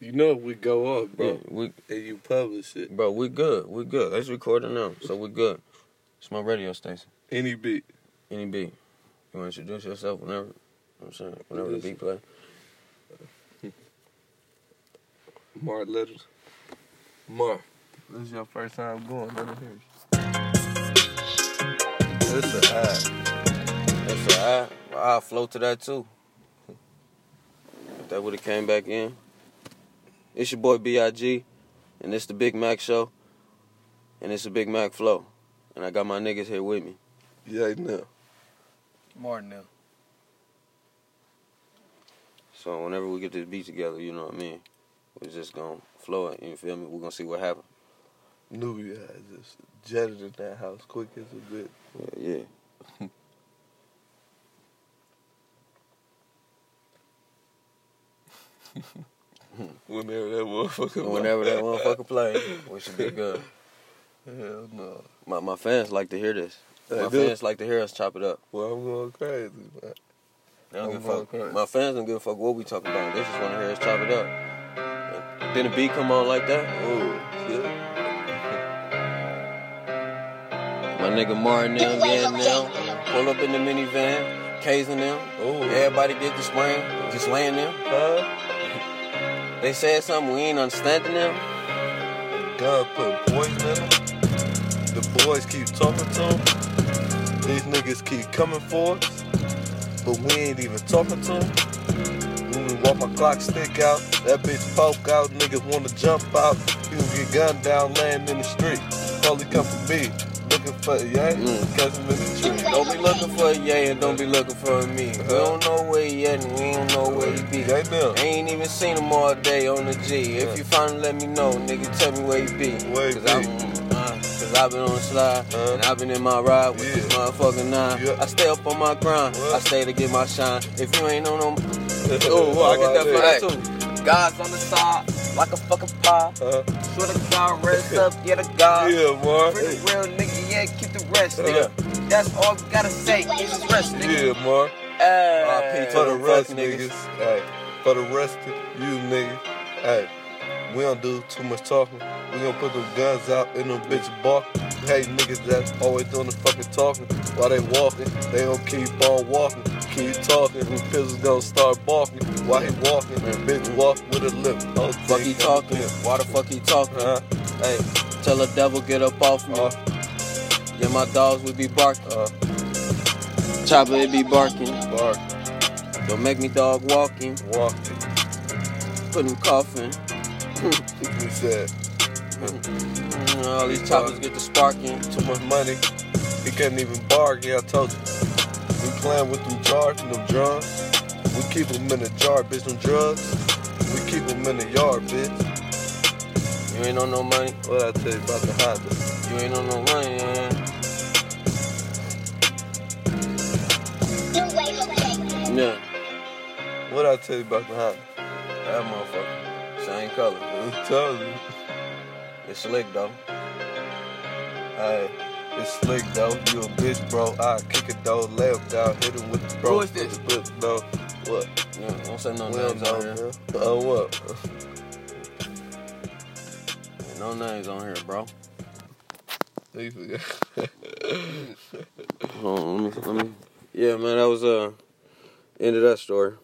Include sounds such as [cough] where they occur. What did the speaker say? You know we go up, bro, Yeah, we, and you publish it. bro, we good. We good. It's recording now, so we good. It's my radio station, Any beat. Any beat. You want to introduce yourself whenever? you know what I'm saying whenever the beat play. Mar letters. Mar. This is your first time going, let me hear you. It's a high. It's a high. I flow to that too. If that would have came back in. It's your boy Big, and it's the Big Mac Show, and it's the Big Mac Flow, and I got my niggas here with me. Yeah, no. Martin now. So whenever we get this beat together, you know what I mean. We're just gonna flow it. You feel me? We're gonna see what happens. Knew you had just jetted in that house quick as a bit. Yeah. yeah. Whenever that motherfucker. Whenever that [laughs] motherfucker play, we should be good. Hell no. My my fans like to hear this. They My do. fans like to hear us chop it up. Well, I'm going crazy, man. They don't I'm give a going fuck. crazy. My fans don't give a fuck what we talk about. They just want to hear us chop it up. And then the beat come on like that. Oh, shit. My nigga Martin them, yeah, them. Pull up in the minivan. K's and them. Ooh. Everybody get the spraying. Just laying them. Oh, Huh? They said something we ain't understanding them. God put poison in them. The boys keep talking to them. These niggas keep coming for us. But we ain't even talking to them. When we walk my clock stick out, that bitch poke out, niggas wanna jump out. People get gunned down, laying in the street. Probably come for me. Looking for yeah, Mm. catch him in the tree. Don't be looking for a yeah and don't be looking for a me. We don't know where he at and we don't know where he be. Yeah, now. Ain't even seen him all day on the G. If you find him, let me know, nigga. Tell me where he be. Where he Cause be. I'm, uh, Cause I've been on the slide Uh. and I've been in my ride with this Yeah. motherfucking nine. Yeah. I stay up on my grind. What? I stay to get my shine. If you ain't on no, oh, I get that for that too. Guys on the side like a fucking pie. Uh, Swear to God, rest up, [laughs] yeah to God. yeah, Uh-huh. Mar. Free the real nigga, yeah, keep the rest, Yeah. nigga. That's all we gotta say, is just rest, nigga. Yeah, Mar. Hey. For the rest, niggas. Hey, for the rest of you niggas. Hey, we don't do too much talking. We gonna put them guns out in them bitch bark. Hey, niggas that's always doing the fucking talking. While they walking, they gonna keep on walking. Keep talking, and pistols gonna start barking. While he walking, and bitch walk with a lip. Oh, Fuck he talking, why the fuck he talking? Huh? Hey, tell the devil get up off me. Uh, yeah, my dogs would be barking. uh, Chopper, it be barking. bark, Don't make me dog walking. walking. Put him coughing. We said, Mm, all these choppers get to sparking. too much money. He couldn't even bargain, I told you. We playing with them jars and them drums. We keep them in the jar, bitch, them drugs. We keep them in the yard, bitch. You ain't on no money. What I tell you about the Honda? You ain't on no money, man. Yeah, What I tell you about the Honda? that motherfucker. Same color. I told you. It's slick though. Hey, it's slick though. You a bitch, bro. I kick it though, left down, hit him with the bro. Who is this? With the bro. What? Yeah, don't say no we don't names know, on here. man. Oh, what? [laughs] No names on here, bro. You forgot. Hold on, let me, let me. Yeah, man, that was uh end of that story.